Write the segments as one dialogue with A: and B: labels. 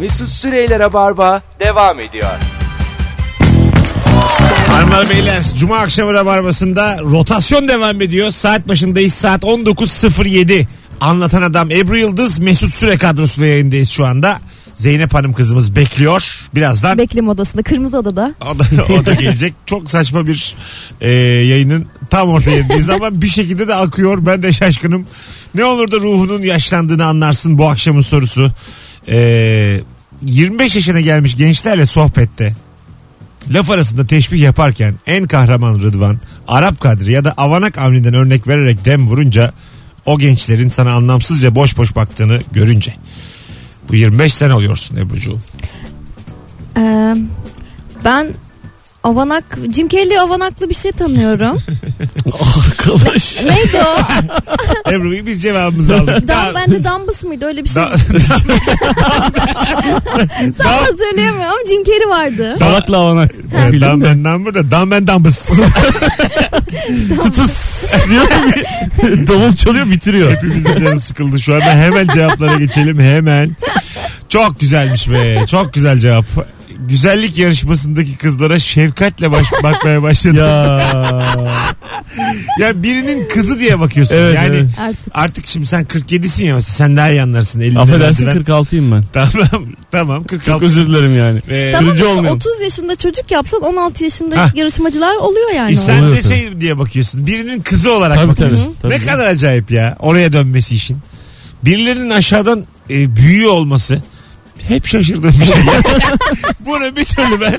A: Mesut Süreyler'e barba devam ediyor.
B: Armalı Beyler Cuma akşamı Rabarbası'nda rotasyon devam ediyor. Saat başındayız saat 19.07. Anlatan Adam Ebru Yıldız Mesut Süre kadrosuyla yayındayız şu anda. Zeynep Hanım kızımız bekliyor. Birazdan
C: Beklim odasında, kırmızı odada.
B: o, da, o da gelecek. Çok saçma bir e, yayının tam orta yerindeyiz ama bir şekilde de akıyor. Ben de şaşkınım. Ne olur da ruhunun yaşlandığını anlarsın bu akşamın sorusu. E, 25 yaşına gelmiş gençlerle sohbette laf arasında teşbih yaparken en kahraman Rıdvan, Arap Kadri ya da Avanak Avni'den örnek vererek dem vurunca o gençlerin sana anlamsızca boş boş baktığını görünce. Bu 25 sene oluyorsun Ebru'cuğum.
C: Ee, ben avanak, Jim Kelly avanaklı bir şey tanıyorum.
D: Arkadaş.
C: Neydi o?
B: Ebru'yu biz cevabımızı aldık.
C: Dam, ben de Dumbus muydu öyle bir şey?
B: Da-
C: Tam hatırlayamıyorum ama Jim Carrey vardı.
D: Salak lavanak.
B: Evet, dam ben dam burada. Dam ben dambız.
D: Tıtıs. Diyor ki bir- davul çalıyor bitiriyor.
B: Hepimizin canı sıkıldı şu anda. Hemen cevaplara geçelim hemen. Çok güzelmiş be. Çok güzel cevap. Güzellik yarışmasındaki kızlara şefkatle baş, bakmaya başladı. Ya.
D: Ya.
B: birinin kızı diye bakıyorsun.
D: Evet,
B: yani
D: evet.
C: Artık
B: artık şimdi sen 47'sin ya mesela sen daha iyi anlarsın. Elinde
D: Affedersin
B: merdiven.
D: 46'yım ben.
B: Tamam tamam
D: Çok
B: 46.
D: özür dilerim yani.
B: Ee,
C: tamam
D: Kırıcı
C: işte
D: olmayalım.
C: 30 yaşında çocuk yapsan 16 yaşında
B: Hah.
C: yarışmacılar oluyor yani.
B: e sen de
D: Oluyor tabii.
B: şey diye bakıyorsun. Birinin kızı olarak
D: Tabii tabii.
B: bakıyorsun.
D: tabii.
B: ne kadar acayip ya oraya dönmesi işin. Birilerinin aşağıdan e, büyüğü olması hep şaşırdığım bir şey. ya. Buna bir türlü ben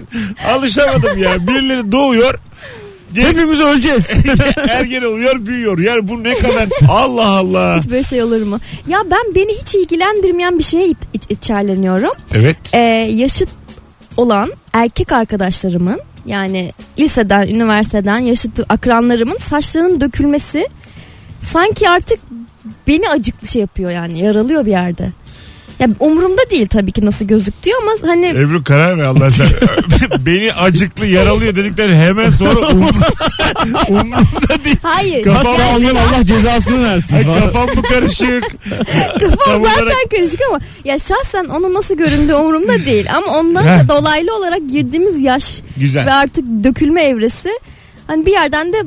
B: alışamadım ya. Birileri doğuyor
D: Hepimiz öleceğiz.
B: ergen oluyor büyüyor. Yani bu ne kadar Allah Allah.
C: Hiç böyle şey olur mu? Ya ben beni hiç ilgilendirmeyen bir şeye it- iç- içerleniyorum.
B: Evet.
C: Ee, yaşıt olan erkek arkadaşlarımın yani liseden, üniversiteden yaşıt akranlarımın saçlarının dökülmesi sanki artık beni acıklı şey yapıyor yani yaralıyor bir yerde. Ya umurumda değil tabii ki nasıl gözüktüğü ama hani
B: Ebru karar ver Allah sen. Beni acıklı yaralıyor dedikleri hemen sonra umrum, umrumda değil.
C: hayır.
B: Kafam-
D: Hatta
C: Yani
D: alın Allah cezasını versin.
B: Ay, kafam bu karışık.
C: Kafam
B: Tam
C: zaten
B: olarak-
C: karışık ama ya şahsen onun nasıl göründüğü umurumda değil. Ama ondan
B: Heh.
C: da dolaylı olarak girdiğimiz yaş ve
B: Güzel.
C: artık dökülme evresi hani bir yerden de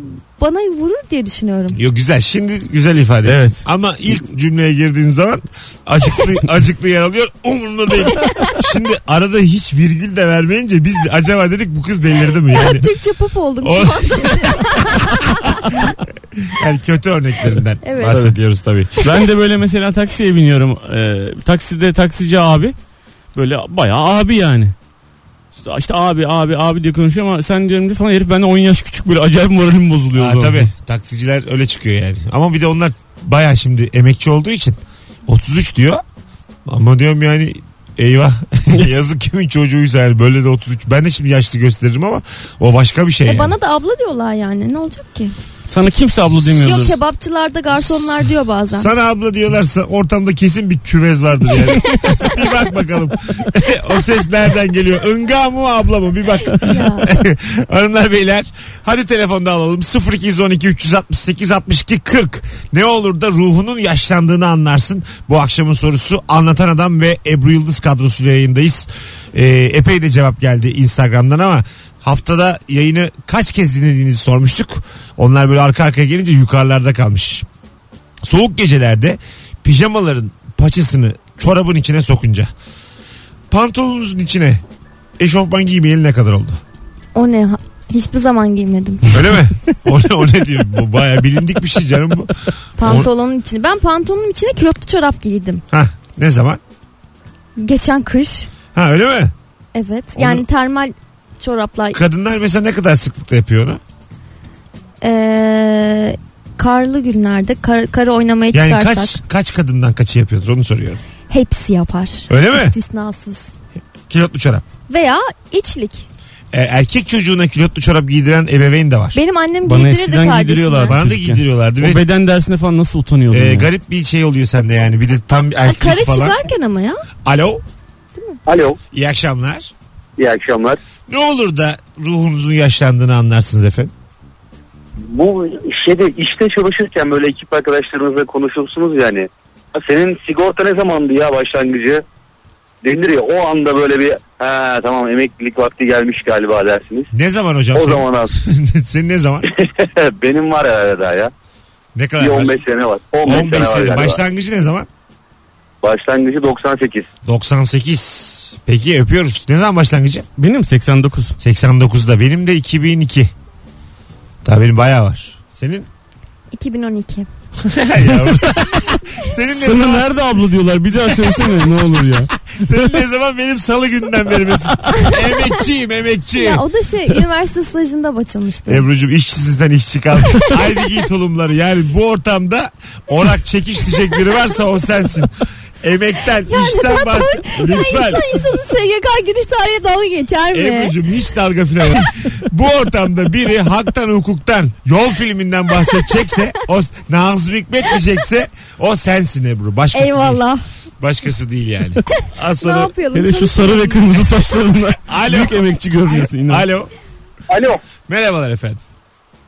C: bana vurur diye düşünüyorum.
B: Yo güzel. Şimdi güzel ifade. ettin.
D: Evet.
B: Ama ilk cümleye girdiğin zaman acıklı acıklı yer alıyor. Umurumda değil. Şimdi arada hiç virgül de vermeyince biz de acaba dedik bu kız delirdi mi yani?
C: Türkçe pop oldum
B: O-
C: şu anda.
B: yani kötü örneklerinden
C: Evet.
B: bahsediyoruz tabii.
D: Ben de böyle mesela taksiye biniyorum. Ee, takside taksici abi. Böyle bayağı abi yani. İşte abi abi abi diye konuşuyor ama sen diyorum ki falan herif benden 10 yaş küçük böyle acayip moralim bozuluyor. o
B: Aa,
D: zaman.
B: tabii taksiciler öyle çıkıyor yani. Ama bir de onlar baya şimdi emekçi olduğu için 33 diyor. Ama diyorum yani eyvah yazık kimin çocuğuysa yani böyle de 33. Ben de şimdi yaşlı gösteririm ama o başka bir şey.
C: E
B: yani.
C: bana da abla diyorlar yani ne olacak ki?
D: Sana kimse abla demiyordur.
C: Yok kebapçılarda garsonlar diyor bazen.
B: Sana abla diyorlarsa ortamda kesin bir küvez vardır yani. bir bak bakalım. o ses nereden geliyor? Inga mı abla mı? Bir bak.
C: Ya.
B: Hanımlar beyler hadi telefonda alalım 0212 368 62 40 ne olur da ruhunun yaşlandığını anlarsın bu akşamın sorusu anlatan adam ve Ebru Yıldız kadrosuyla yayındayız Ee, epey de cevap geldi instagramdan ama haftada yayını kaç kez dinlediğinizi sormuştuk onlar böyle arka arkaya gelince yukarılarda kalmış soğuk gecelerde pijamaların paçasını çorabın içine sokunca pantolonunuzun içine eşofman giymeyeli ne kadar oldu?
C: O ne? ha- Hiçbir zaman giymedim.
B: Öyle mi? O ne, o ne diyor? Bu baya bilindik bir şey canım bu.
C: Pantolonun içine. Ben pantolonun içine külotlu çorap giydim.
B: Ha ne zaman?
C: Geçen kış.
B: Ha öyle mi?
C: Evet.
B: Onu-
C: Yani termal çoraplar.
B: Kadınlar mesela ne kadar sıklıkla yapıyor onu?
C: Ee, karlı günlerde kar, karı oynamaya
B: Yani
C: çıkarsak
B: kaç kaç kadından kaçı yapıyordur onu soruyorum.
C: hepsi yapar.
B: Öyle mi?
C: İstisnasız.
B: Kilotlu çorap.
C: Veya içlik.
B: E, erkek çocuğuna kilotlu çorap giydiren ebeveyn de var.
C: Benim annem
D: Bana
C: giydirirdi
D: eskiden giydiriyorlar.
C: kardeşime.
B: Bana da
D: Çocukken.
B: giydiriyorlardı
D: O
B: ve
D: beden dersinde falan nasıl utanıyordun
B: e,
D: ya?
B: garip bir şey oluyor sende yani. Bir de tam
C: Hmm. Ha,
B: erkek
C: Karı
B: falan.
C: çıkarken ama ya.
B: Alo.
E: Alo,
B: iyi akşamlar.
E: iyi akşamlar.
B: Ne olur da ruhunuzun yaşlandığını anlarsınız efendim.
E: Bu şeyde işte çalışırken böyle ekip hani. arkadaşlarınızla konuşursunuz yani. Ya Senin sigorta ne zamandı ya başlangıcı? denilir ya o anda böyle bir ha tamam emeklilik vakti gelmiş galiba dersiniz.
B: Ne zaman hocam?
E: O
B: Sen-
E: zaman az.
B: Senin ne zaman?
E: Benim var herhalde daha ya.
B: Ne kadar?
E: Bir
B: var?
E: 15 sene var. 15,
B: 15
E: sene var
B: sene.
E: galiba.
B: Başlangıcı ne zaman?
E: Başlangıcı 98.
B: 98. Peki öpüyoruz. Ne zaman başlangıcı?
D: Benim 89.
B: 89'da. Benim de 2002. Daha benim bayağı var. Senin?
C: 2012.
B: Yavrum. senin, ne
D: Sana
B: zaman,
D: nerede abla diyorlar bir daha söylesene ne olur ya.
B: senin ne zaman benim salı günden beri Mesut. emekçiyim emekçiyim.
C: Ya o da şey üniversite stajında açılmıştı.
B: Ebru'cum işçisizden işçi kaldı. Haydi giy tulumları. Yani bu ortamda orak çekiştirecek biri varsa o sensin. Emekten, işten bahset. Lütfen.
C: İnsan insanın SGK giriş tarihi dalga geçer mi?
B: Ebru'cum hiç dalga filan yok. Bu ortamda biri haktan hukuktan yol filminden bahsedecekse o Nazım Hikmet diyecekse o sensin Ebru. Başkası Değil.
C: Eyvallah.
B: Başkası değil yani. Az
C: Ne
B: sonra
C: yapıyordun?
D: Hele şu
C: Çalışıyordun.
D: sarı ve kırmızı saçlarında
B: Alo.
D: büyük emekçi görünüyorsun inan.
B: Alo.
F: Alo.
B: Merhabalar efendim.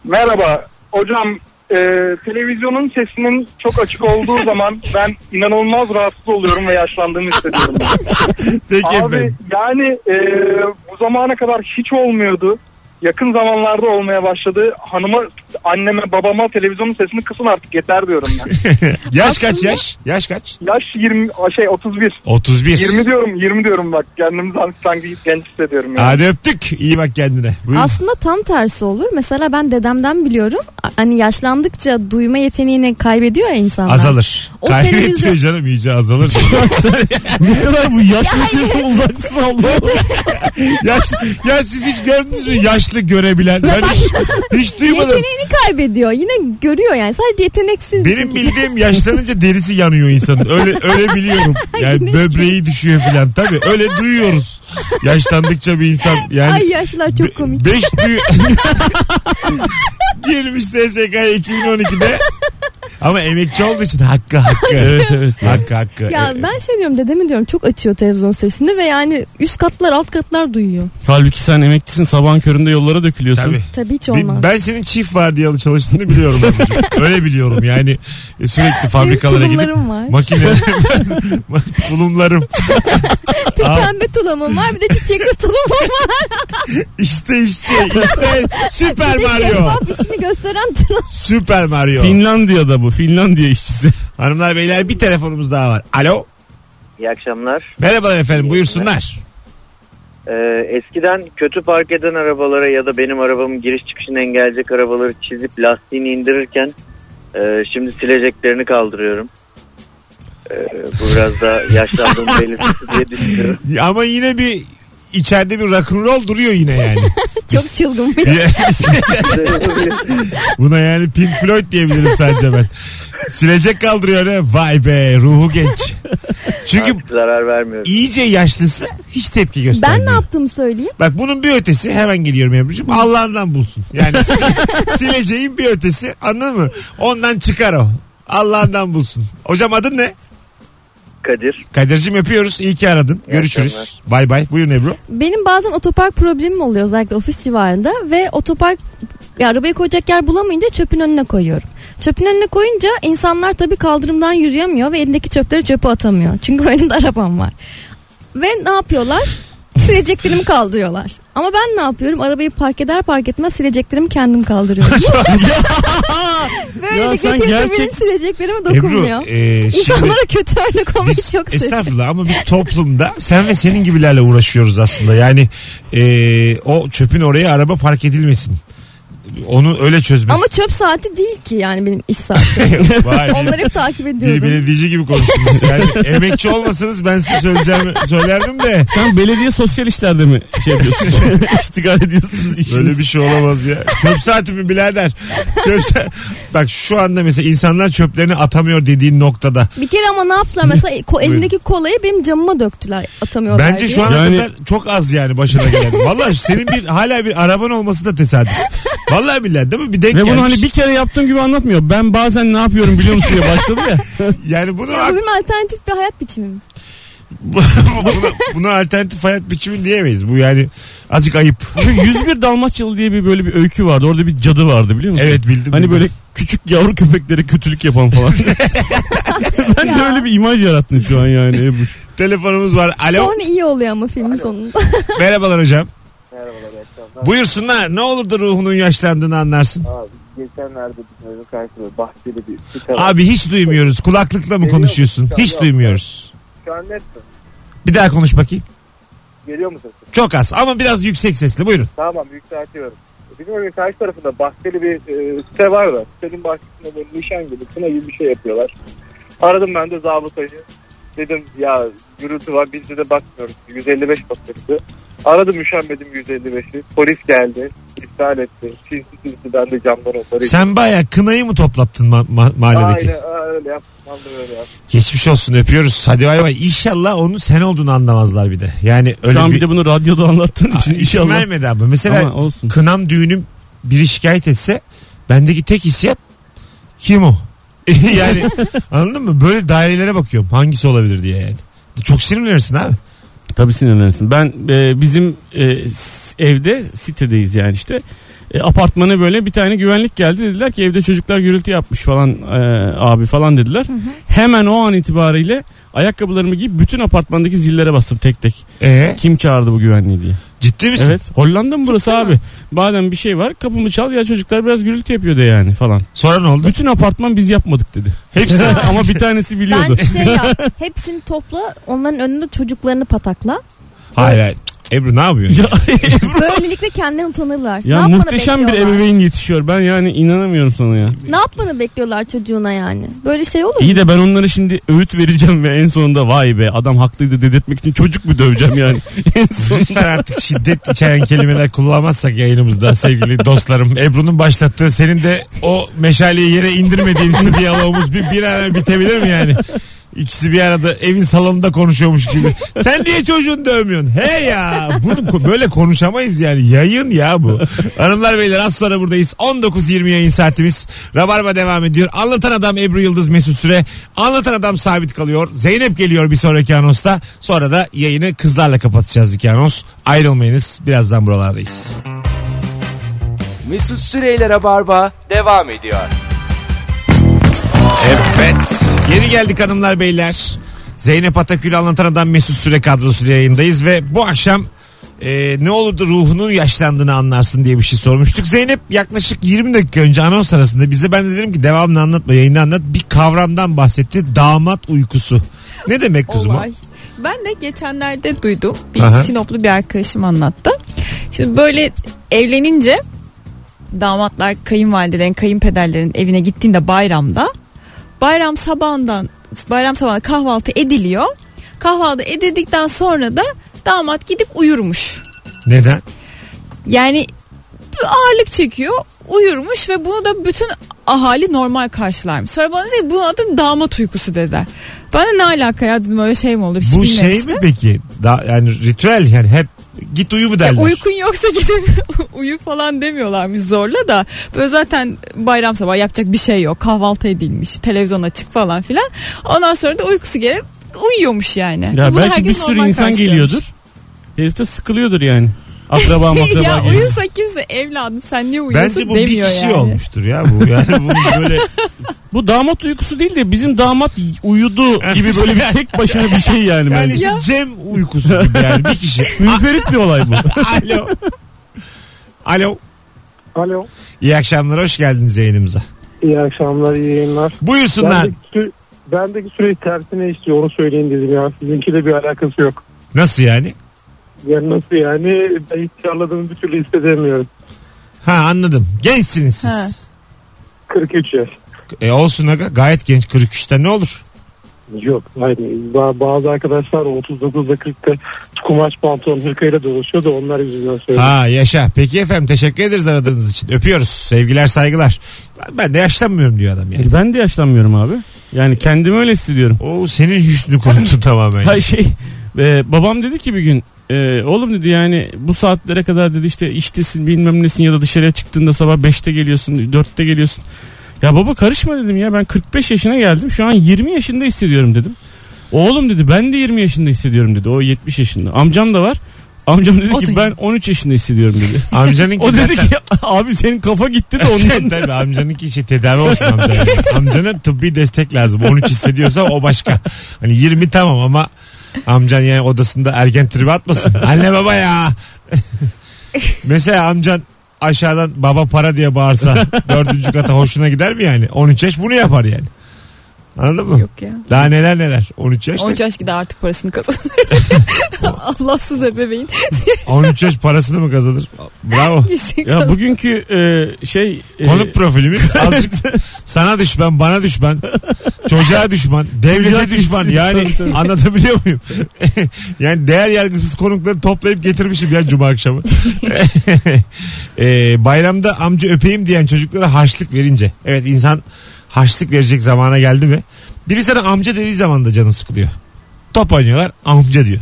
F: Merhaba. Hocam e, televizyonun sesinin çok açık olduğu zaman ben inanılmaz rahatsız oluyorum ve yaşlandığımı hissediyorum.
B: Peki
F: Abi
B: efendim.
F: yani e, bu zamana kadar hiç olmuyordu. Yakın zamanlarda olmaya başladı. Hanıma, anneme, babama televizyonun sesini kısın artık yeter diyorum ben.
B: Yaş
C: Aslında-
B: kaç yaş? Yaş kaç?
F: Yaş 20 şey 31.
B: 31.
F: 20 diyorum 20 diyorum bak kendimi sanki- sanki genç hissediyorum yani.
B: Hadi öptük. İyi bak kendine. Buyurun.
C: Aslında tam tersi olur. Mesela ben dedemden biliyorum. Hani yaşlandıkça duyma yeteneğini kaybediyor ya insanlar.
B: Azalır.
C: O
B: Kaybediyor
C: televizyon-
B: canım iyice azalır.
D: ne kadar bu yaş meselesine uzaksın abla.
B: yaş, ya siz hiç gördünüz mü yaşlı görebilen? Ben hiç, hiç duymadım.
C: Yeteneğini kaybediyor. Yine görüyor yani. Sadece yeteneksiz.
B: Benim
C: Benim
B: bildiğim yaşlanınca derisi yanıyor insanın. Öyle öyle biliyorum. Yani
C: Güneş
B: böbreği düşüyor filan tabii. Öyle duyuyoruz. Yaşlandıkça bir insan yani
C: Ay yaşlar çok komik.
B: 5 düğü girmiş SSK 2012'de. Ama emekçi olduğu için hakkı hakkı. evet evet. Hakkı hakkı.
C: Ya
B: Ee,
C: ben şey diyorum dedemi diyorum çok açıyor televizyon sesini ve yani üst katlar alt katlar duyuyor.
D: Halbuki sen emekçisin sabahın köründe yollara dökülüyorsun.
B: Tabii.
C: Tabii hiç
B: Bir-
C: şey olmaz.
B: Ben senin çift vardiyalı çalıştığını biliyorum. Ebru'cum. Öyle biliyorum yani E, sürekli fabrikalara
C: Benim
B: gidip
C: tulumlarım var.
B: makine tulumlarım
C: Bir
B: Aa.
C: pembe tulumum var bir de çiçekli tulumum var.
B: işte işçi işte Süper
C: Bir de
B: Mario
C: şeffaf içini gösteren tulum.
B: Süper Mario
D: Finlandiya'da bu Finlandiya işçisi.
B: hanımlar beyler bir telefonumuz daha var alo
G: İyi akşamlar.
B: merhabalar efendim buyursunlar
G: Ee, eskiden kötü park eden arabalara ya da benim arabamın giriş çıkışını engelleyecek arabaları çizip lastiğini indirirken e, şimdi sileceklerini kaldırıyorum. Ee, bu biraz da yaşlandığım belirtisi diye düşünüyorum.
B: ama yine bir içeride bir rock'n'roll duruyor yine yani
C: Çok çılgın bir şey.
B: Buna yani Pink Floyd diyebilirim sadece ben. Silecek kaldırıyor ne? Vay be ruhu genç. Çünkü
G: Artık zarar vermiyorum.
B: iyice yaşlısı hiç tepki göstermiyor.
C: Ben ne yaptığımı söyleyeyim.
B: Bak bunun bir ötesi hemen geliyorum Ebru'cum. Allah'ından bulsun. Yani si- sileceğin bir ötesi anladın mı? Ondan çıkar o. Allah'ından bulsun. Hocam adın ne?
G: Kadir.
B: Kadir'cim yapıyoruz. İyi ki aradın.
G: İyi
B: Görüşürüz. Bay bay. Buyurun Ebru.
C: Benim bazen otopark problemim oluyor özellikle ofis civarında ve otopark ya arabayı koyacak yer bulamayınca çöpün önüne koyuyorum. Çöpün önüne koyunca insanlar tabii kaldırımdan yürüyemiyor ve elindeki çöpleri çöpe atamıyor. Çünkü önünde arabam var. Ve ne yapıyorlar? Sileceklerimi kaldırıyorlar. Ama ben ne yapıyorum? Arabayı park eder park etmez sileceklerimi kendim kaldırıyorum. Böyle
D: Ya
C: de
D: sen
C: kötü
D: gerçek-
C: benim sileceklerime
B: Ebru.
C: dokunmuyor.
B: e, şimdi...
C: İnsanlara kötü örnek olmayı
B: Biz,
C: çok seviyorum.
B: estağfurullah ama biz toplumda sen ve senin gibilerle uğraşıyoruz aslında. Yani e, o çöpün oraya araba park edilmesin. Onu öyle çözmesi.
C: Ama çöp saati değil ki yani benim iş saatim.
B: Vay,
C: Onları hep takip
B: bir
C: ediyorum.
B: belediyeci gibi konuştunuz. Yani emekçi olmasanız ben size söyleyeceğim, söylerdim de
D: Sen belediye sosyal işlerde mi şey yapıyorsun? İştigal ediyorsunuz işiniz.
B: böyle bir şey olamaz ya. Çöp saati mi birader? Çöp sa- Bak şu anda mesela insanlar çöplerini atamıyor dediğin noktada.
C: Bir kere ama ne yaptılar mesela ko- elindeki kolayı benim camıma döktüler atamıyorlar
B: Bence
C: diye.
B: şu ana
D: Yani-
B: kadar çok az yani başına gelen. Vallahi senin bir hala bir araban olması da tesadüf. Vallahi billahi değil mi? Bir denk
D: Ve bunu
B: gelmiş.
D: hani bir kere yaptığım gibi anlatmıyor. Ben bazen ne yapıyorum biliyor musun diye başladı ya.
B: Yani bunu
C: Ya bu benim alternatif bir hayat biçimim.
B: buna, buna alternatif hayat biçimi diyemeyiz. Bu yani azıcık ayıp.
D: Şu 101 Dalmaçyalı diye bir böyle bir öykü vardı. Orada bir cadı vardı biliyor musun?
B: Evet bildim.
D: Hani
B: bildim.
D: böyle küçük yavru köpeklere kötülük yapan falan. ben de
C: Ya.
D: öyle bir imaj yarattın şu an yani Ebru.
B: telefonumuz var. Alo.
C: Sonra iyi oluyor ama filmin sonunda.
B: Merhabalar hocam. Buyursunlar. Ne olur da ruhunun yaşlandığını anlarsın.
H: Abi geçenlerde bizim evin karşısında bahçeli bir site var.
B: Abi hiç duymuyoruz. Kulaklıkla mı konuşuyorsun?
H: Geliyor mu?
B: Hiç duymuyoruz.
H: Şu an netsin.
B: Bir daha konuş bakayım.
H: Geliyor mu sesin?
B: Çok az ama biraz yüksek sesli. Buyurun.
H: Tamam yükseltiyorum. Bizim evin karşı tarafında bahçeli bir e, site var da sitenin bahçesinde böyle nişan gibi kına gibi bir şey yapıyorlar. Aradım ben de zabıtayı. Dedim ya gürültü var biz de bakmıyoruz. 155 basıyordu. Aradım üşenmedim 155'i. Polis geldi. iptal etti. Sinsi sinsi ben de camdan otarıyım.
B: Sen bayağı kınayı mı toplattın ma- ma- mahalledeki?
H: Aynen öyle yaptım. Vallahi Öyle yaptım.
B: Geçmiş olsun öpüyoruz. Hadi bay bay. İnşallah onun sen olduğunu anlamazlar bir de. Yani öyle
D: Şu an
B: bir,
D: bir de bunu radyoda anlattığın için
B: İsim
D: inşallah.
B: vermedi abi. Mesela
D: Ama olsun.
B: kınam düğünüm biri şikayet etse bendeki tek hissiyat kim o? yani anladın mı? Böyle dairelere bakıyorum. Hangisi olabilir diye yani. Çok sinirlenirsin abi.
D: Tabii sinirlenirsin. Ben e, bizim e, s- evde sitedeyiz yani işte. E, apartmana böyle bir tane güvenlik geldi dediler ki evde çocuklar gürültü yapmış falan e, abi falan dediler. Hemen o an itibariyle ayakkabılarımı giyip bütün apartmandaki zillere bastım tek tek.
B: Ee,
D: Kim çağırdı bu güvenliği diye.
B: ciddi misin?
D: Evet Hollanda mı burası
C: Çıktı
D: abi?
C: mı?
D: Madem bir şey var kapımı çal ya çocuklar biraz gürültü yapıyor de yani falan.
B: Sonra ne oldu?
D: Bütün apartman biz yapmadık dedi.
B: Hepsi
D: Ama bir tanesi biliyordu.
C: ben şey yap. Hepsini topla. Onların önünde çocuklarını patakla.
B: Hayır hayır. Ebru ne yapıyorsun?
D: Ya,
C: Böylelikle kendinden utanırlar. ne
D: ya
C: yapmanı
D: muhteşem bir
C: bekliyorlar?
D: ebeveyn yetişiyor. Ben yani inanamıyorum sana ya.
C: Ne yapmanı bekliyorlar çocuğuna yani? Böyle şey olur mu?
D: İyi de ben onlara şimdi öğüt vereceğim ve en sonunda vay be adam haklıydı dedirtmek için çocuk mu döveceğim yani? en son
B: Lütfen artık şiddet içeren kelimeler kullanmazsak yayınımızda sevgili dostlarım. Ebru'nun başlattığı senin de o meşaleyi yere indirmediğin şu diyalogumuz bir, bir ara bitebilir mi yani? İkisi bir arada evin salonunda konuşuyormuş gibi. Sen niye çocuğunu dövmüyorsun? He ya bunu ko- böyle konuşamayız yani. Yayın ya bu. Hanımlar beyler az sonra buradayız. 19.20 yayın saatimiz. Rabarba devam ediyor. Anlatan adam Ebru Yıldız Mesut Süre. Anlatan adam sabit kalıyor. Zeynep geliyor bir sonraki anosta. Sonra da yayını kızlarla kapatacağız iki anons. Ayrılmayınız. Birazdan buralardayız.
A: Mesut Süreyler'e barba devam ediyor.
B: Evet. Geri geldik hanımlar beyler. Zeynep Atakül anlatan adam Mesut Süre kadrosuyla yayındayız ve bu akşam e, ne olur da ruhunun yaşlandığını anlarsın diye bir şey sormuştuk. Zeynep yaklaşık 20 dakika önce anons arasında bize ben de dedim ki devamını anlatma yayında anlat bir kavramdan bahsetti damat uykusu. Ne demek kızım o?
I: Olay. Ben de geçenlerde duydum. Bir
B: Aha.
I: Sinoplu bir arkadaşım anlattı. Şimdi böyle evlenince damatlar kayınvalidelerin, kayınpederlerin evine gittiğinde bayramda bayram sabahından bayram sabahı kahvaltı ediliyor. Kahvaltı edildikten sonra da damat gidip uyurmuş.
B: Neden?
I: Yani ağırlık çekiyor, uyurmuş ve bunu da bütün ahali normal karşılarmış. Sonra bana dedi ki, bunun adı damat uykusu dedi. Bana ne alaka ya dedim öyle şey mi olur? Hiç
B: Bu şey
I: bilmemiştim.
B: mi peki? Da, yani ritüel yani hep git uyu mu derler?
I: E, Uykun yoksa gidip uyu falan demiyorlarmış zorla da. Böyle zaten bayram sabahı yapacak bir şey yok. Kahvaltı edilmiş, televizyon açık falan filan. Ondan sonra da uykusu gelip uyuyormuş yani. E,
D: ya
I: Bunu
D: belki
I: herkes
D: bir sürü
I: normal
D: insan
I: karşılıyormuş.
D: geliyordur. Herif de sıkılıyordur yani. Akraba makraba
I: ya
D: geliyor.
I: uyusa kimse evladım sen niye uyuyorsun
B: Bence bu bir
I: demiyor
B: kişi
I: yani.
B: olmuştur ya bu. Yani bunu böyle
D: Bu damat uykusu değil de bizim damat uyudu gibi böyle bir tek başına bir şey yani
B: yani
D: bence.
B: işte Cem uykusu gibi yani bir kişi.
D: Münferit bir olay bu.
B: Alo. Alo.
H: Alo.
B: İyi akşamlar hoş geldiniz yayınımıza.
H: İyi akşamlar, iyi yayınlar.
B: Buyursunlar.
H: sü- bendeki süreç tersine işliyor onu söyleyin dedim ya. Sizinkiyle bir alakası yok.
B: Nasıl yani?
H: Yani nasıl yani ben ihtiyarladığımı bir türlü hissedemiyorum.
B: Ha anladım. Gençsiniz siz.
I: Ha.
H: 43 yaş.
B: E, olsun aga gayet genç 43'te ne olur?
H: Yok hayır Ba- bazı arkadaşlar 39'da 40'ta kumaş pantolon hırkayla dolaşıyor da onlar yüzünden söylüyor.
B: Ha yaşa. Peki efendim teşekkür ederiz aradığınız için. Öpüyoruz. Sevgiler saygılar. Ben- Ben de yaşlanmıyorum diyor adam yani.
D: E, ben de yaşlanmıyorum abi. Yani kendimi öyle hissediyorum.
B: O senin hüsnü kuruttu tamamen.
D: Ha şey e, babam dedi ki bir gün e, oğlum dedi yani bu saatlere kadar dedi işte iştesin bilmem nesin ya da dışarıya çıktığında sabah 5'te geliyorsun 4'te geliyorsun. Ya baba karışma dedim ya ben 45 yaşına geldim şu an 20 yaşında hissediyorum dedim. Oğlum dedi ben de 20 yaşında hissediyorum dedi. O 70 yaşında. Amcam da var. Amcam dedi
I: O da
D: ki ben 13 yaşında hissediyorum dedi.
B: Amcanınki
D: O dedi
B: zaten-
D: ki abi senin kafa gitti de
B: Sen
D: ondan.
B: tabii amcanınki işi tedavi olsun amcanın. Amcana tıbbi destek lazım. 13 hissediyorsa o başka. Hani 20 tamam ama amcan yani odasında ergen tribi atmasın. Anne baba ya. Mesela amcan aşağıdan baba para diye bağırsa dördüncü kata hoşuna gider mi yani? 13 yaş bunu yapar yani. Anladın mı?
I: Yok ya.
B: Daha neler neler. 13 yaş. da-
I: 13 yaş gider artık parasını kazan. Allahsız ebeveyn.
B: 13 yaş parasını mı kazanır? Bravo.
D: ya bugünkü e, şey e,
B: Konuk profilimiz azıcık sana düşman, bana düşman, çocuğa düşman, devlete
D: Çocuğa
B: düşman.
D: gitsin.
B: Yani
D: Tabii, tabii.
B: anlatabiliyor muyum? yani değer yargısız konukları toplayıp getirmişim ya cuma akşamı. Ee, bayramda amca öpeyim diyen çocuklara harçlık verince. Evet insan harçlık verecek zamana geldi mi? Biri sana amca dediği zaman da canın sıkılıyor. Top oynuyorlar amca diyor.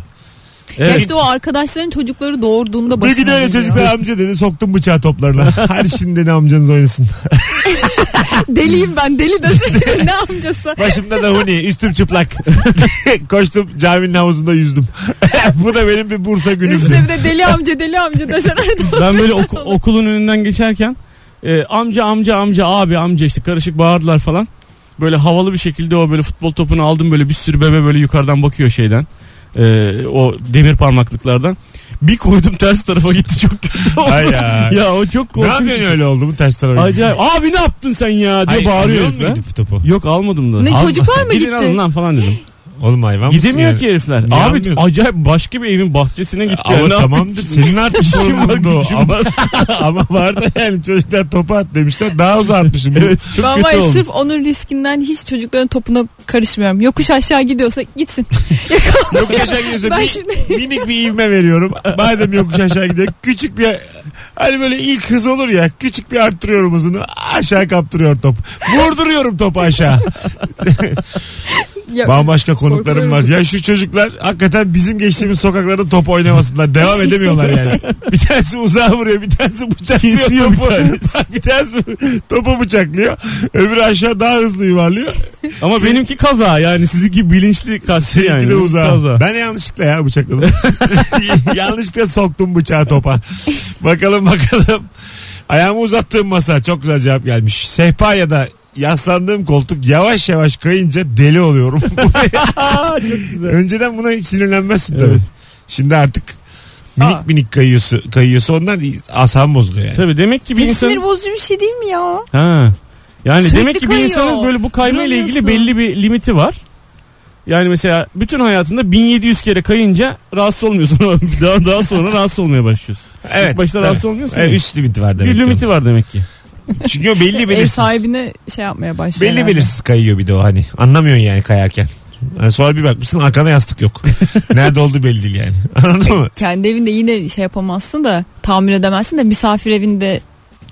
I: Ya
D: evet.
I: işte o arkadaşların çocukları doğurduğunda
B: Bir
I: başına
B: gün öyle
I: geliyor.
B: çocuklar amca dedi soktum bıçağı toplarına. Her şimdi ne amcanız oynasın.
I: Deliyim ben deli desene ne amcası.
B: Başımda da huni, üstüm çıplak. Koştum caminin havuzunda yüzdüm. Bu da benim bir Bursa
I: Üstüne
B: günümdü.
I: bir de deli amca deli amca desene.
D: Ben böyle oku- okulun önünden geçerken e, amca amca amca abi amca işte karışık bağırdılar falan. Böyle havalı bir şekilde o böyle futbol topunu aldım böyle bir sürü bebe böyle yukarıdan bakıyor şeyden. E, o demir parmaklıklardan. Bir koydum ters tarafa gitti çok kötü oldu.
B: Ay ya.
D: ya o çok
B: ne
D: korkunç. şey.
B: yapıyorsun öyle oldu mu ters tarafa?
D: Acayip. Abi ne yaptın sen ya diye
B: Ay,
D: bağırıyor
B: alıyor
D: herif
B: mu
D: ya.
B: gidip topu?
D: Yok almadım da.
I: ne
B: Alma.
I: çocuklar mı
D: Gidin alın
I: gitti?
D: lan falan dedim.
B: Oğlum hayvan mısın
D: Gidemiyor
B: yani?
D: ki herifler.
B: Niye
D: abi
B: almıyorsun?
D: acayip başka bir evin bahçesine gitti. ya.
B: Ama
D: Ne yapayım?
B: tamamdır senin artık
D: İşim var,
B: sorumluluğun da o.
D: gücüm
B: Ama,
D: var.
B: ama vardı yani çocuklar topu at demişler daha uzatmışım.
D: Evet, çok
I: Ben var
D: kötü
I: ya
D: oldu.
I: sırf onun riskinden hiç çocukların topuna karışmıyorum. Yokuş aşağı gidiyorsa gitsin.
B: Yokuş aşağı gidiyorsa
I: Ben
B: bir-
I: şimdi-
B: minik bir ivme veriyorum. Madem yokuş aşağı gidiyor. Küçük bir hani böyle ilk hız olur ya. Küçük bir arttırıyorum hızını. Aşağı kaptırıyor top. Vurduruyorum topu aşağı.
I: Ya,
B: Bambaşka konuklarım var. Ya şu çocuklar hakikaten bizim geçtiğimiz sokaklarda top oynamasınlar. Devam edemiyorlar yani. Bir tanesi uzağa vuruyor. Bir tanesi bıçaklıyor
D: Kesiyor bir
B: topu. Bir tanesi topu bıçaklıyor. Öbürü aşağı daha hızlı yuvarlıyor.
D: Ama benimki kaza yani sizinki bilinçli kastı
B: Seninki
D: yani.
B: de uzağa.
D: Kaza.
B: Ben yanlışlıkla ya bıçakladım. yanlışlıkla soktum bıçağı topa. bakalım bakalım. Ayağımı uzattığım masa çok güzel cevap gelmiş. Sehpa ya da yaslandığım koltuk yavaş yavaş kayınca deli oluyorum. Önceden buna hiç sinirlenmezsin tabii.
D: Evet.
B: Şimdi artık minik
D: Aa.
B: minik kayıyorsa, kayıyorsa ondan asam bozuluyor yani.
D: Tabii demek ki bir
I: Bu sinir
D: insan
I: bozucu bir şey değil mi ya?
D: ha. Yani
I: Sürekli
D: demek ki bir
I: kayıyor.
D: insanın böyle bu kayma ile ilgili
I: Duramıyorsun.
D: belli bir limiti var. Yani mesela bütün hayatında 1700 kere kayınca rahatsız olmuyorsun ama daha daha sonra rahatsız olmaya başlıyorsun.
B: Evet.
D: İlk başta
B: tabii.
D: rahatsız olmuyorsun.
B: Evet,
D: ya.
B: üst limiti var demek.
D: bir
B: ki
D: limiti var demek ki.
B: onun. Çünkü o belli
I: Ev
B: belirsiz.
I: sahibine şey yapmaya başlıyor.
B: Belli
I: herhalde.
B: belirsiz kayıyor bir de o hani. Anlamıyorsun yani kayarken. Yani sonra bir bakmışsın arkana yastık yok. Nerede oldu belli değil yani. Anladın mı?
I: Kendi evinde yine şey yapamazsın da tamir edemezsin de misafir evinde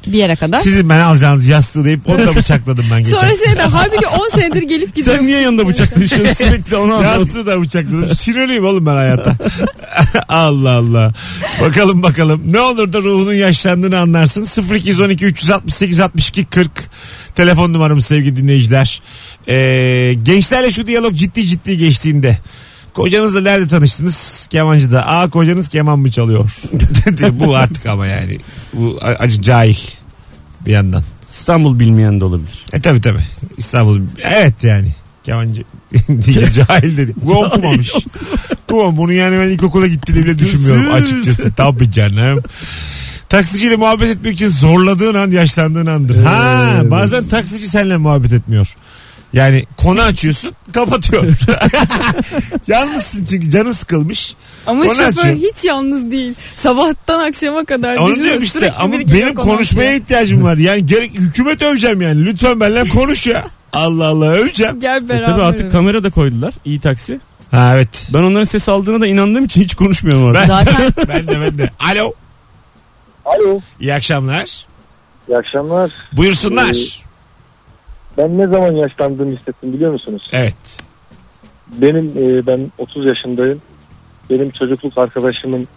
I: bir yere kadar.
B: Sizin bana alacağınız yastığı deyip onu da bıçakladım ben geçen.
I: Sonra şey de halbuki 10 senedir gelip gidiyor.
D: Sen niye yanında bıçaklıyorsun sürekli onu anlamadım.
B: Yastığı da bıçakladım. Sinirliyim oğlum ben hayatta. Allah Allah. Bakalım bakalım. Ne olur da ruhunun yaşlandığını anlarsın. 0212 368 62 40 telefon numaramız sevgili dinleyiciler. Ee, gençlerle şu diyalog ciddi ciddi geçtiğinde Kocanızla nerede tanıştınız? Kemancı'da. Aa kocanız keman mı çalıyor? Dedi. Bu artık ama yani. Bu a- acı cahil bir yandan.
D: İstanbul bilmeyen de olabilir.
B: E tabi tabi. İstanbul. Evet yani. Kemancı diye cahil dedi. Bu okumamış. Tamam bunu yani ben ilkokula gittiğini bile düşünmüyorum açıkçası. Tam bir canım. Taksiciyle muhabbet etmek için zorladığın an yaşlandığın andır. Ha bazen taksici seninle muhabbet etmiyor. Yani konu açıyorsun kapatıyor. Yalnızsın çünkü canı sıkılmış.
I: Ama
B: Konu
I: şoför
B: açıyor.
I: hiç yalnız değil. Sabahtan akşama kadar.
B: Onu
I: düşünün,
B: diyorum işte
I: sürekli
B: ama
I: biri geliyor,
B: benim
I: konu
B: konuşmaya
I: açıyor.
B: ihtiyacım var. Yani gerek hükümet öveceğim yani. Lütfen benimle konuş ya. Allah Allah öveceğim.
I: Gel
D: E
I: beraber.
D: tabii artık
I: öyle.
D: kamera da koydular. iyi taksi.
B: Ha evet.
D: Ben onların ses aldığına da inandığım için hiç konuşmuyorum artık.
B: Ben,
I: Zaten-
B: ben de ben de. Alo.
H: Alo.
B: İyi akşamlar.
H: İyi akşamlar.
B: Buyursunlar.
H: Ben ne zaman yaşlandığımı hissettim biliyor musunuz?
B: Evet.
H: Benim e, ben 30 yaşındayım. Benim çocukluk arkadaşımın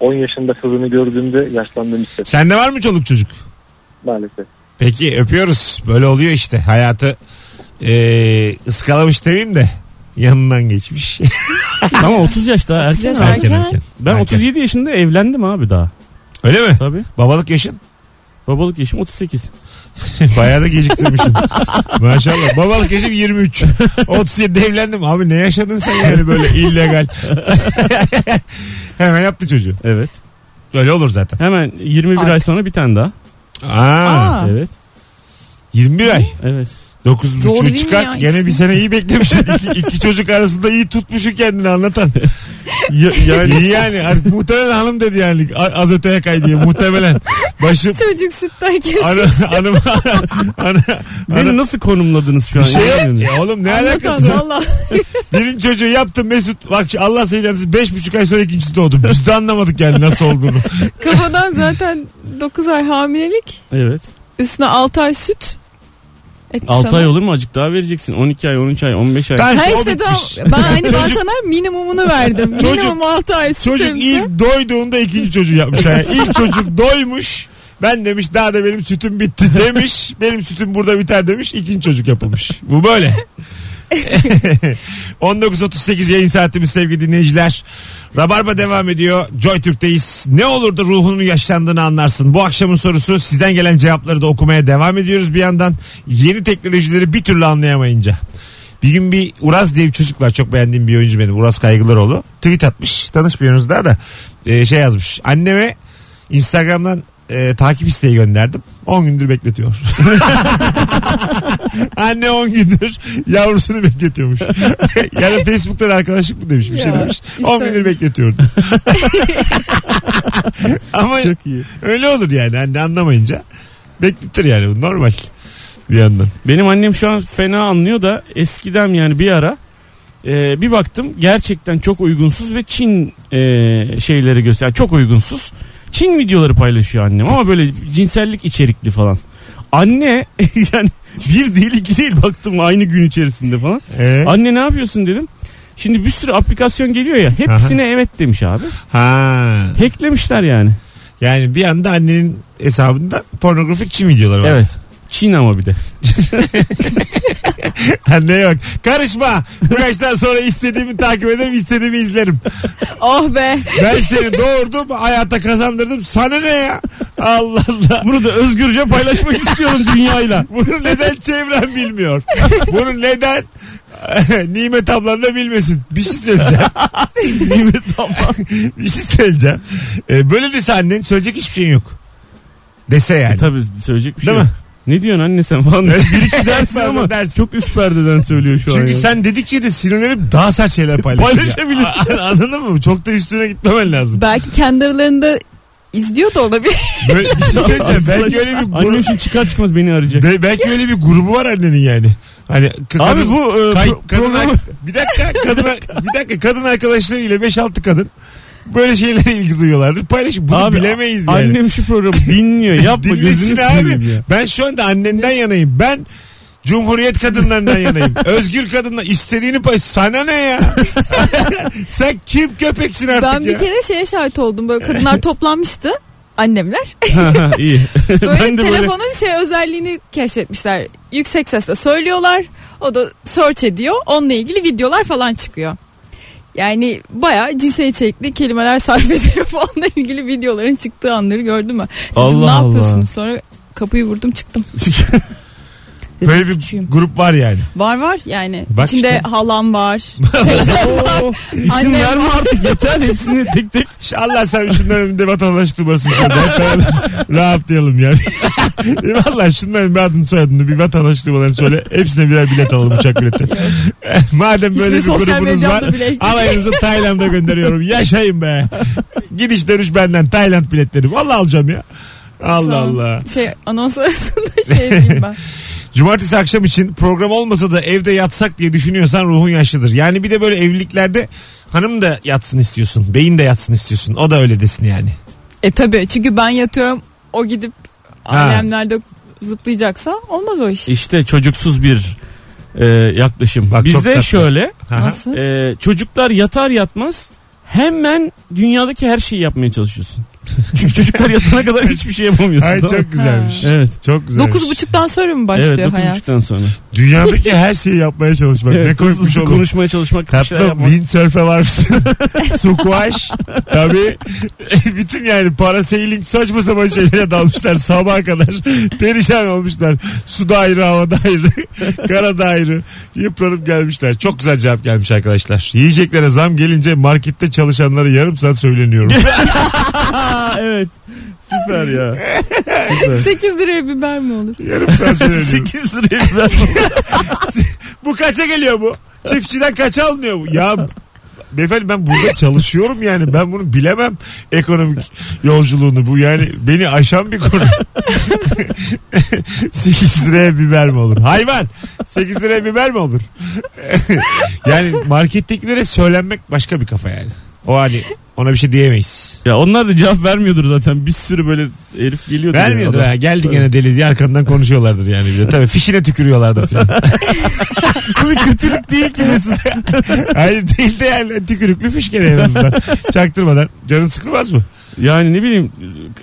H: 10 yaşında kızını gördüğümde yaşlandığımı hissettim
B: Sende var mı çoluk çocuk?
H: maalesef.
B: Peki öpüyoruz. Böyle oluyor işte. Hayatı eee, e, ıskalamış demeyeyim de. yanından geçmiş.
D: Ama 30 yaş daha erken.
I: yaş
D: abi.
I: erken.
D: Ben
B: Erken.
D: 37 yaşında evlendim abi daha.
B: Öyle mi?
D: Tabii.
B: Babalık yaşın.
D: Babalık yaşım 38.
B: Bayağı da geciktirmişsin. Maşallah. Babalık yaşım 23. 37 evlendim. Abi ne yaşadın sen yani böyle illegal. Hemen yaptı çocuğu.
D: Evet.
B: Öyle olur zaten.
D: Hemen 21
I: Ay.
D: ay sonra bir tane daha.
B: Aa,
I: Aa.
D: Evet.
B: 21 ay.
D: Evet.
I: Zor
B: 9.5'ü
I: değil mi
B: çıkar.
I: ya
B: Gene bir
I: ikisini?
B: sene iyi beklemişsin. İki, iki çocuk arasında iyi tutmuşsun kendini anlatan.
D: Ya, yani
B: İyi yani. Artık Muhtemelen hanım dedi yani. A- Az öteye kay diye. Muhtemelen. Başım.
I: Çocuk sütten
B: Ana,
I: kesilmiş.
B: hanım, ana, ana,
D: beni nasıl konumladınız şu an?
B: şey
D: Yani
B: yok. Ya oğlum ne alakası
I: Anlatan
B: var?
I: valla.
B: Birinci çocuğu yaptım Mesut. Bak şu- Allah seni inandırsın. Beş buçuk ay sonra ikincisi doğdu. Biz de anlamadık yani nasıl olduğunu.
I: Kafadan zaten 9 ay hamilelik.
D: Evet.
I: Üstüne 6 ay süt. Et
D: 6
I: sana.
D: ay olur mu? Azıcık daha vereceksin. 12 ay, 13 ay, 15 ay.
B: Ben
I: Ha
B: işte o
I: işte
B: bitmiş.
I: daha- ben hani ben
B: Çocuk-
I: sana minimumunu verdim.
B: Çocuk-
I: Minimum 6 ay süt
B: Çocuk
I: emzi.
B: ilk doyduğunda ikinci çocuğu yapmışlar. Yani ilk çocuk doymuş. Ben demiş daha da benim sütüm bitti demiş. Benim sütüm burada biter demiş. İkinci çocuk yapılmış. Bu böyle. 19.38 yayın saatimiz sevgili dinleyiciler. Rabarba devam ediyor. Joy Türk'teyiz. Ne olur da ruhunun yaşlandığını anlarsın. Bu akşamın sorusu sizden gelen cevapları da okumaya devam ediyoruz bir yandan. Yeni teknolojileri bir türlü anlayamayınca. Bir gün bir Uraz diye bir çocuk var. Çok beğendiğim bir oyuncu benim. Uraz Kaygılaroğlu. Tweet atmış. Tanışmıyoruz daha da. Ee, şey yazmış. Anneme Instagram'dan e, takip isteği gönderdim. 10 gündür bekletiyor. Anne 10 gündür yavrusunu bekletiyormuş. ya da Facebook'tan arkadaşlık mı demiş bir şey
I: Ya,
B: demiş. 10 gündür
I: istermiş.
B: bekletiyordu. Ama
D: Çok iyi.
B: öyle olur yani anne anlamayınca. Bekletir yani bu normal bir yandan.
D: Benim annem şu an fena anlıyor da eskiden yani bir ara e, bir baktım gerçekten çok uygunsuz ve Çin e, şeyleri göster yani çok uygunsuz. Çin videoları paylaşıyor annem ama böyle cinsellik içerikli falan. Anne yani bir değil iki değil baktım aynı gün içerisinde falan.
B: Ee,
D: Anne ne yapıyorsun dedim. Şimdi bir sürü aplikasyon geliyor ya hepsine evet demiş abi.
B: ha.
D: Hacklemişler yani.
B: Yani bir anda annenin hesabında pornografik çim videoları var.
D: Evet. Çin ama bir de.
B: Anneye bak. Karışma. Bu yaştan sonra istediğimi takip ederim, istediğimi izlerim.
I: Oh be.
B: Ben seni doğurdum, hayata kazandırdım. Sana ne ya? Allah Allah.
D: Bunu da özgürce paylaşmak istiyorum dünyayla.
B: Bunu neden çevrem bilmiyor? Bunu neden Nimet ablan da bilmesin. Bir şey söyleyeceğim. Bir şey söyleyeceğim. Ee, böyle dese annen söyleyecek hiçbir şeyin yok. Dese yani.
D: Tabii söyleyecek bir şey
B: Değil
D: yok.
B: mi?
D: Ne diyorsun anne sen falan. bir iki dersin
B: Bazen
D: ama
B: dersin.
D: çok üst perdeden söylüyor şu an.
B: Çünkü
D: yani.
B: sen dedikçe de sinirlenip daha sert şeyler paylaşacaksın.
D: Paylaşabilir.
B: Anladın mı? Çok da üstüne gitmemen lazım.
I: Belki kendi aralarında izliyor da olabilir.
B: Böyle bir şey söyleyeceğim.
D: Aslında
B: belki öyle bir
D: Annem
B: grup,
D: şimdi çıkar çıkmaz beni arayacak.
B: Be- belki öyle bir grubu var annenin yani. Hani k-
D: Abi
B: kadın-
D: bu e,
B: kay-
D: pro-
B: kadın
D: programı
B: bir dakika kadın bir dakika kadın arkadaşlarıyla 5-6 kadın böyle şeylere ilgi duyuyorlardır. Paylaşın. Bunu
D: Abi,
B: bilemeyiz yani.
D: annem şu programı dinliyor. Yapma
B: Dinlesin
D: gözünü seveyim
B: abi.
D: ya.
B: Ben şu anda annenden yanayım. Ben Cumhuriyet kadınlarından yanayım. Özgür kadınla istediğini pay. Sana ne ya? Sen kim köpeksin artık
I: Ben
B: ya?
I: bir kere şeye şahit oldum. Böyle kadınlar toplanmıştı. Annemler.
D: İyi.
I: Böyle
D: ben de böyle
I: telefonun şey özelliğini keşfetmişler. Yüksek sesle söylüyorlar. O da search ediyor. Onunla ilgili videolar falan çıkıyor. Yani bayağı cinsel içerikli kelimeler sarf ediliyor. Onunla ilgili videoların çıktığı anları gördün mü? Dedim,
D: Allah
I: ne
D: Allah.
I: yapıyorsun? Sonra kapıyı vurdum çıktım. Dedim,
B: Böyle bir
I: "Küçüğüm."
B: grup var yani.
I: Var var yani.
B: Bak
I: İçinde
B: işte.
I: halam var.
D: Oo, isim
I: Annem-
D: verme artık yeter hepsini tek tek.
B: Ş- Allah sen şunların önünde vatandaşlık numarasını söyle. Hep beraber Rahatlayalım yani. E Valla şunların bir adını soyadını bir vatandaşlık numarasını söyle. Hepsine birer bilet alalım uçak bileti. E, Madem böyle
I: Hiçbir
B: bir
I: sosyal
B: grubunuz
I: medyamda
B: var.
I: bile ekledim.
B: Alayınızı Tayland'a gönderiyorum. Yaşayın be. Gidiş dönüş benden Tayland biletleri. Valla alacağım ya. Allah
I: Sağ ol.
B: Allah.
I: Şey anons arasında şey diyeyim ben.
B: Cumartesi akşam için program olmasa da evde yatsak diye düşünüyorsan ruhun yaşlıdır. Yani bir de böyle evliliklerde hanım da yatsın istiyorsun. Beyin de yatsın istiyorsun. O da öyle desin yani.
I: E tabii çünkü ben yatıyorum o gidip
B: Ha.
I: alemlerde zıplayacaksa olmaz o iş.
D: İşte çocuksuz bir e, yaklaşım.
B: Bak, çok tatlı.
D: Bizde şöyle
B: Aha. e,
I: Nasıl?
D: e, çocuklar yatar yatmaz hemen dünyadaki her şeyi yapmaya çalışıyorsun. Çünkü çocuklar yatana kadar hiçbir şey yapamıyorsun.
B: Ay
D: tamam mı?
B: çok güzelmiş.
D: Evet.
B: Çok güzelmiş.
I: Dokuz buçuktan sonra mı başlıyor
D: Evet dokuz
I: hayat?
D: buçuktan sonra.
B: Dünyadaki her şeyi yapmaya çalışmak.
D: Evet,
B: ne
D: hızlı Şey
B: koymuş
D: hızlı
B: olur.
D: konuşmaya çalışmak. bir şeyler
B: Tatlım
D: yapmak.
B: windsurf'e var mısın? Squash. Tabii. E, Bütün yani parasailing saçma sapan şeylere dalmışlar sabaha kadar. Perişan olmuşlar. Suda ayrı, havada ayrı, karada ayrı. Yıpranıp gelmişler. Çok güzel cevap gelmiş arkadaşlar. Yiyeceklere zam gelince markette çalışanlara yarım saat söyleniyorum.
D: Aa, evet. Süper ya.
I: 8 liraya biber mi olur?
B: yarım saat söyleniyorum.
D: 8 liraya biber.
B: bu kaça geliyor bu? Çiftçiden kaça alınıyor bu? Ya beyefendi ben burada çalışıyorum yani ben bunu bilemem ekonomik yolculuğunu bu yani beni aşan bir konu 8 liraya biber mi olur hayvan 8 liraya biber mi olur yani markettekilere söylenmek başka bir kafa yani o hani ona bir şey diyemeyiz
D: Ya onlar da cevap vermiyordur zaten. Bir sürü böyle herif geliyordu.
B: vermiyordur ha geldi gene deli diye arkandan konuşuyorlardır yani bir de. tabii fişine tükürüyorlardır falan
D: Bu bir kötülük değil ki Mesut.
B: Hayır değil de yani tükürüklü fiş gene en azından. Çaktırmadan. Canın sıkılmaz mı?
D: Yani ne bileyim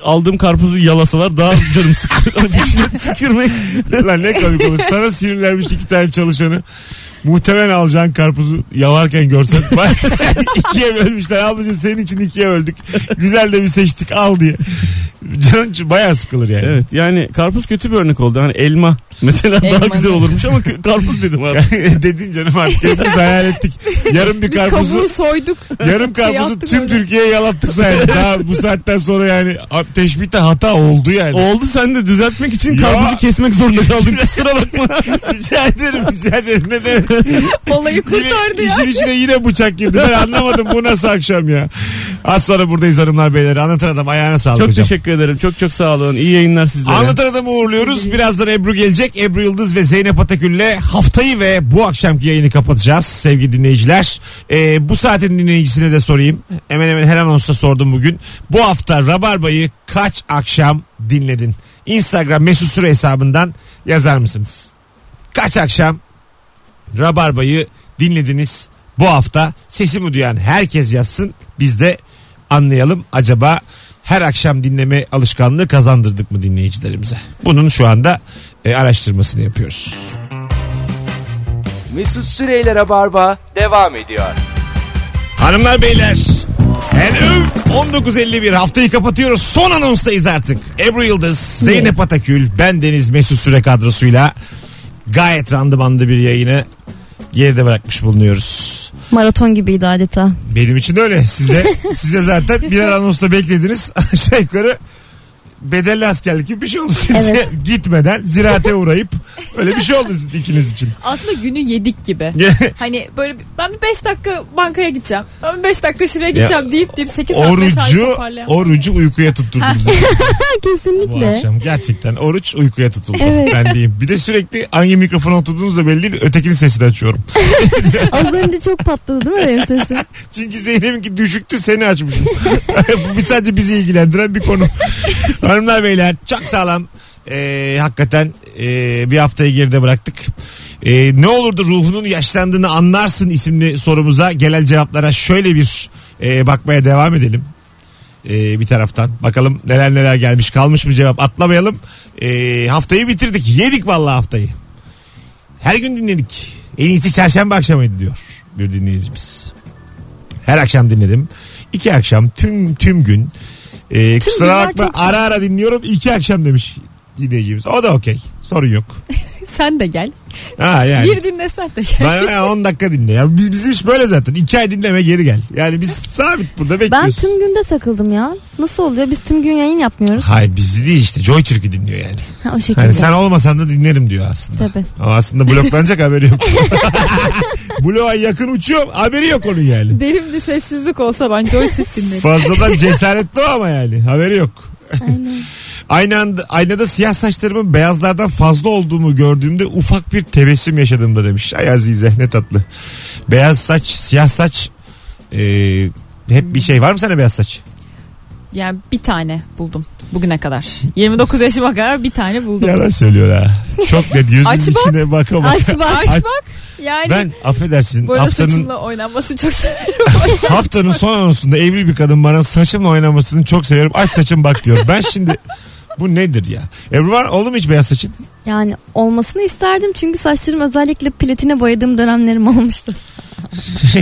D: aldığım karpuzu yalasalar daha canım sıkılır. Bir şey tükürmek.
B: Lan ne komik olur. Sana sinirlenmiş iki tane çalışanı. Muhtemelen alacağın karpuzu yalarken görsen. Bak ikiye bölmüşler. Ablacığım senin için ikiye böldük. Güzel de bir seçtik al diye. Canın ç- bayağı sıkılır yani.
D: Evet yani karpuz kötü bir örnek oldu. Hani elma mesela daha
I: Elma.
D: güzel olurmuş ama kö- karpuz dedim abi.
B: Dedin canım artık hepimiz hayal ettik. Yarın bir
I: Biz
B: karpuzu
I: kabuğu soyduk.
B: yarım
I: Şey
B: karpuzu
I: yaptık
B: tüm
I: öyle.
B: Türkiye'ye yalattık sayın. Daha bu saatten sonra yani a- teşbihte hata oldu yani.
D: Oldu sen de düzeltmek için
B: Ya.
D: karpuzu kesmek zorunda kaldın. Kusura bakma.
B: rica ederim rica ederim. Ne demek?
I: Olayı kurtardı
B: Yine,
I: ya.
B: işin içine yine bıçak girdi. Ben anlamadım bu nasıl akşam ya. Az sonra buradayız hanımlar beyler. Anlatan adam ayağına sağlık
D: çok
B: hocam.
D: teşekkür ederim. Çok çok sağ olun. İyi yayınlar sizlere.
B: Anlatan adamı uğurluyoruz. Birazdan Ebru gelecek. Ebru Yıldız ve Zeynep Atakül'le haftayı ve bu akşamki yayını kapatacağız sevgili dinleyiciler. Ee, bu saatin dinleyicisine de sorayım. Hemen hemen her anonsta sordum bugün. Bu hafta Rabarba'yı kaç akşam dinledin? Instagram mesut süre hesabından yazar mısınız? Kaç akşam Rabarba'yı dinlediniz bu hafta? Sesimi duyan herkes yazsın. Biz de anlayalım acaba her akşam dinleme alışkanlığı kazandırdık mı dinleyicilerimize? Bunun şu anda e, araştırmasını yapıyoruz.
A: Mesut Süreyler'e barba devam ediyor.
B: Hanımlar beyler en öv 19.51 haftayı kapatıyoruz. Son anonstayız artık. Ebru Yıldız, Zeynep Atakül, ben Deniz Mesut Süre kadrosuyla gayet randımanlı bir yayını geride bırakmış bulunuyoruz.
C: Maraton gibiydi adeta.
B: Benim için de öyle. Size size zaten birer anonsta beklediniz. Aşağı yukarı bedelli askerlik gibi bir şey oldu size.
C: Evet.
B: Gitmeden ziraate uğrayıp öyle bir şey oldu sizin ikiniz için.
I: Aslında günü yedik gibi. Hani böyle bir- ben bir 5 dakika bankaya gideceğim. Ben 5 dakika şuraya gideceğim deyip deyip 8 saat mesai
B: orucu
I: toparlayamam.
B: orucu uykuya tutturdunuz bu
C: Kesinlikle.
B: akşam. Gerçekten oruç uykuya tutuldu. Ben diyeyim. Bir de sürekli hangi mikrofona oturduğunuz da belli değil. Ötekinin sesini açıyorum.
C: Az önce çok patladı değil mi benim sesim?
B: Çünkü Zeynep'inki düşüktü seni açmışım. Bu bir sadece bizi ilgilendiren bir konu. Hanımlar beyler çok sağlam. Ee, hakikaten ee, bir haftayı geride bıraktık. Ee, ne olurdu ruhunun yaşlandığını anlarsın isimli sorumuza gelen cevaplara şöyle bir ee, bakmaya devam edelim. Ee, bir taraftan bakalım neler neler gelmiş kalmış mı cevap atlamayalım. Ee, haftayı bitirdik yedik vallahi haftayı. Her gün dinledik. En iyisi çarşamba akşamıydı diyor bir dinleyicimiz. Her akşam dinledim. İki akşam tüm tüm gün. Ee, kusura
I: günler
B: bakma
I: çok
B: ara ara dinliyorum. İki akşam demiş dinleyicimiz. O da okey. Sorun yok.
I: Sen de gel.
B: Ha yani.
I: Bir dinle sen de gel.
B: Ben- ben 10 dakika dinle. Ya Bi- bizim iş böyle zaten. İki ay dinleme geri gel. Yani biz sabit burada
C: Ben
B: bekliyoruz.
C: tüm günde takıldım ya. Nasıl oluyor? Biz tüm gün yayın yapmıyoruz.
B: Hayır bizi değil işte. Joy Türk'ü dinliyor yani.
C: Ha, o şekilde.
B: Hani sen olmasan da dinlerim diyor aslında.
C: Tabii.
B: Ama aslında bloklanacak haberi yok. Bloğa yakın uçuyor haberi yok onun yani.
I: Derin bir sessizlik olsa ben Joy Türk dinlerim.
B: Fazladan cesaretli o ama yani haberi yok.
C: Aynen.
B: Aynı anda, aynada siyah saçlarımın beyazlardan fazla olduğumu gördüğümde ufak bir tebessüm yaşadığımda demiş. Ay Azize ne tatlı. Beyaz saç, siyah saç e, hep bir şey var mı sana beyaz saç?
I: Yani bir tane buldum bugüne kadar. 29 yaşıma kadar bir tane buldum.
B: Yalan söylüyor ha. Çok net yüzünün
I: Aç bak.
B: içine baka baka.
C: Aç bak.
I: Aç bak. Yani
B: Ben affedersin
I: bu arada
B: haftanın
I: saçımla oynanması çok şey- severim.
B: haftanın son anonsunda evli bir kadın bana saçımla oynamasını çok severim. Aç saçım bak diyor. Ben şimdi bu nedir ya? Ebru var oğlum hiç beyaz saçın.
C: Yani olmasını isterdim çünkü saçlarım özellikle platine boyadığım dönemlerim olmuştu.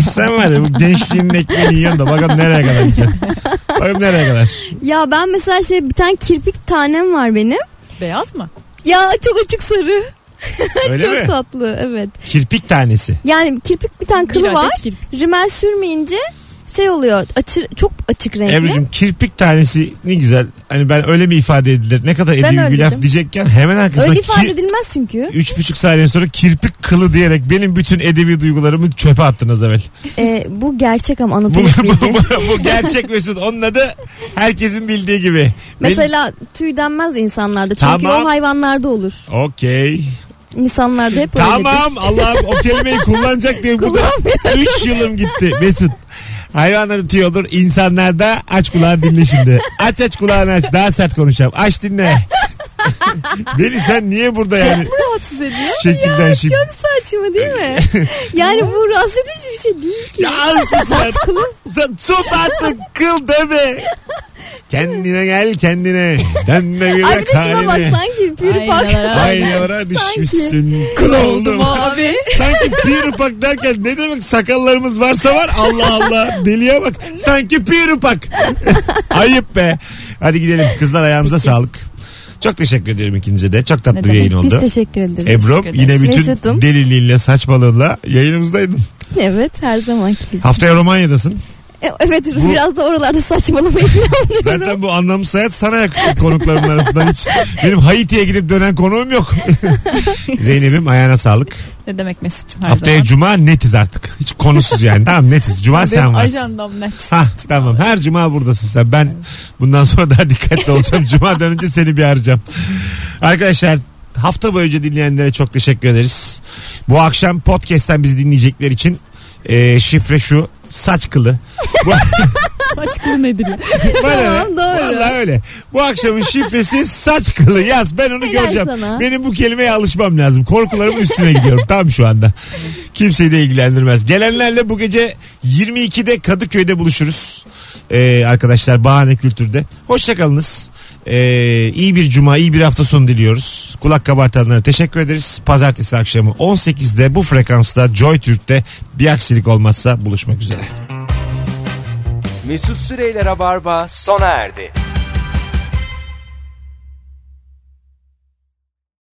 B: Sen var ya bu gençliğinin ekmeğini yiyorsun da bakalım nereye kadar gideceksin. Bakalım nereye kadar.
C: Ya ben mesela şey bir tane kirpik tanem var benim.
I: Beyaz mı?
C: Ya çok açık sarı.
B: Öyle
C: çok
B: mi?
C: tatlı evet.
B: Kirpik tanesi.
C: Yani kirpik bir tane kılı
I: Bir adet
C: var.
I: kirpik.
C: Rimel sürmeyince şey oluyor. Açı, çok açık renkli.
B: Ebru'cum kirpik tanesi ne güzel. Hani ben öyle mi ifade edilir? Ne kadar edebi bir
C: öyle
B: laf
C: dedim.
B: diyecekken hemen arkasına
C: Öyle ifade
B: ki,
C: edilmez çünkü.
B: üç buçuk saniye sonra kirpik kılı diyerek benim bütün edebi duygularımı çöpe attınız evvel.
C: Ee, bu gerçek ama
B: Bu,
C: anatomik
B: bu,
C: bilgi.
B: bu, bu gerçek Mesut. Onun adı herkesin bildiği gibi. Benim-
C: Mesela tüy denmez insanlarda çünkü
B: Tamam.
C: o hayvanlarda olur.
B: Okey.
C: İnsanlarda hep öyledir.
B: Tamam Allah'ım o kelimeyi kullanacak diye burada 3 yılım gitti Mesut. Hayvanlar tüy olur. insanlarda aç kulağını dinle şimdi. Aç aç kulağını aç. Daha sert konuşacağım. Aç dinle. Beni sen niye burada yani
I: Rahatsız ediyor.
B: şekilden şimdi.
C: Çok saçma değil mi? yani bu rahatsız edici bir şey değil ki.
B: Ya sus artık. Sus artık kıl deme. Kendine gel kendine. Dönme bir
C: Ay
B: de
C: bir de şuna bak
B: haline.
C: sanki pürü
I: Aynalara.
C: pak.
B: Aynalara düşmüşsün.
I: Kıl oldum abi.
B: Sanki pir upak derken ne demek sakallarımız varsa var Allah Allah deliye bak. Sanki pir upak. Ayıp be. Hadi gidelim kızlar ayağınıza sağlık. Çok teşekkür ederim ikinize de. Çok tatlı bir yayın
C: Biz
B: oldu.
C: teşekkür ederiz.
B: Ebru
I: teşekkür
B: yine
C: ederiz.
B: bütün
C: Mesut'um.
B: deliliğiyle saçmalığıyla yayınımızdaydın.
C: Evet her zamanki gibi.
B: Haftaya Romanya'dasın.
C: E, Evet
B: Bu-
C: biraz da oralarda saçmalamayı planlıyorum.
B: Zaten bu anlamsız hayat sana yakışır konuklarımın arasından hiç. Benim Haiti'ye gidip dönen konuğum yok. Zeynep'im ayağına sağlık.
I: Ne demek Mesut'cum her
B: Haftaya
I: zaman.
B: cuma netiz artık. Hiç konusuz yani. Tamam netiz. Cuma sen
I: Benim
B: varsın.
I: ajandam net.
B: Ha tamam her cuma buradasın sen. Ben bundan sonra daha dikkatli olacağım. Cuma'dan önce seni bir arayacağım. Arkadaşlar hafta boyunca dinleyenlere çok teşekkür ederiz. Bu akşam podcast'ten bizi dinleyecekler için e, şifre şu saç kılı. Bu,
I: Saç kılı nedir ya?
B: bana ne?
C: Tamam, doğru.
B: Vallahi öyle. Bu akşamın şifresi saç kılı yaz. Ben onu
C: Helal
B: göreceğim.
C: sana.
B: Benim bu kelimeye alışmam lazım. Korkularımın üstüne gidiyorum tam şu anda. Kimseyi de ilgilendirmez. Gelenlerle bu gece 22'de Kadıköy'de buluşuruz. Ee, arkadaşlar Bahane Kültür'de. Hoşçakalınız. Ee, iyi bir cuma, iyi bir hafta sonu diliyoruz. Kulak kabartanlara teşekkür ederiz. Pazartesi akşamı 18'de bu frekansta Joy Türk'te bir aksilik olmazsa buluşmak üzere.
A: Mesut Süreyler'e barba sona erdi.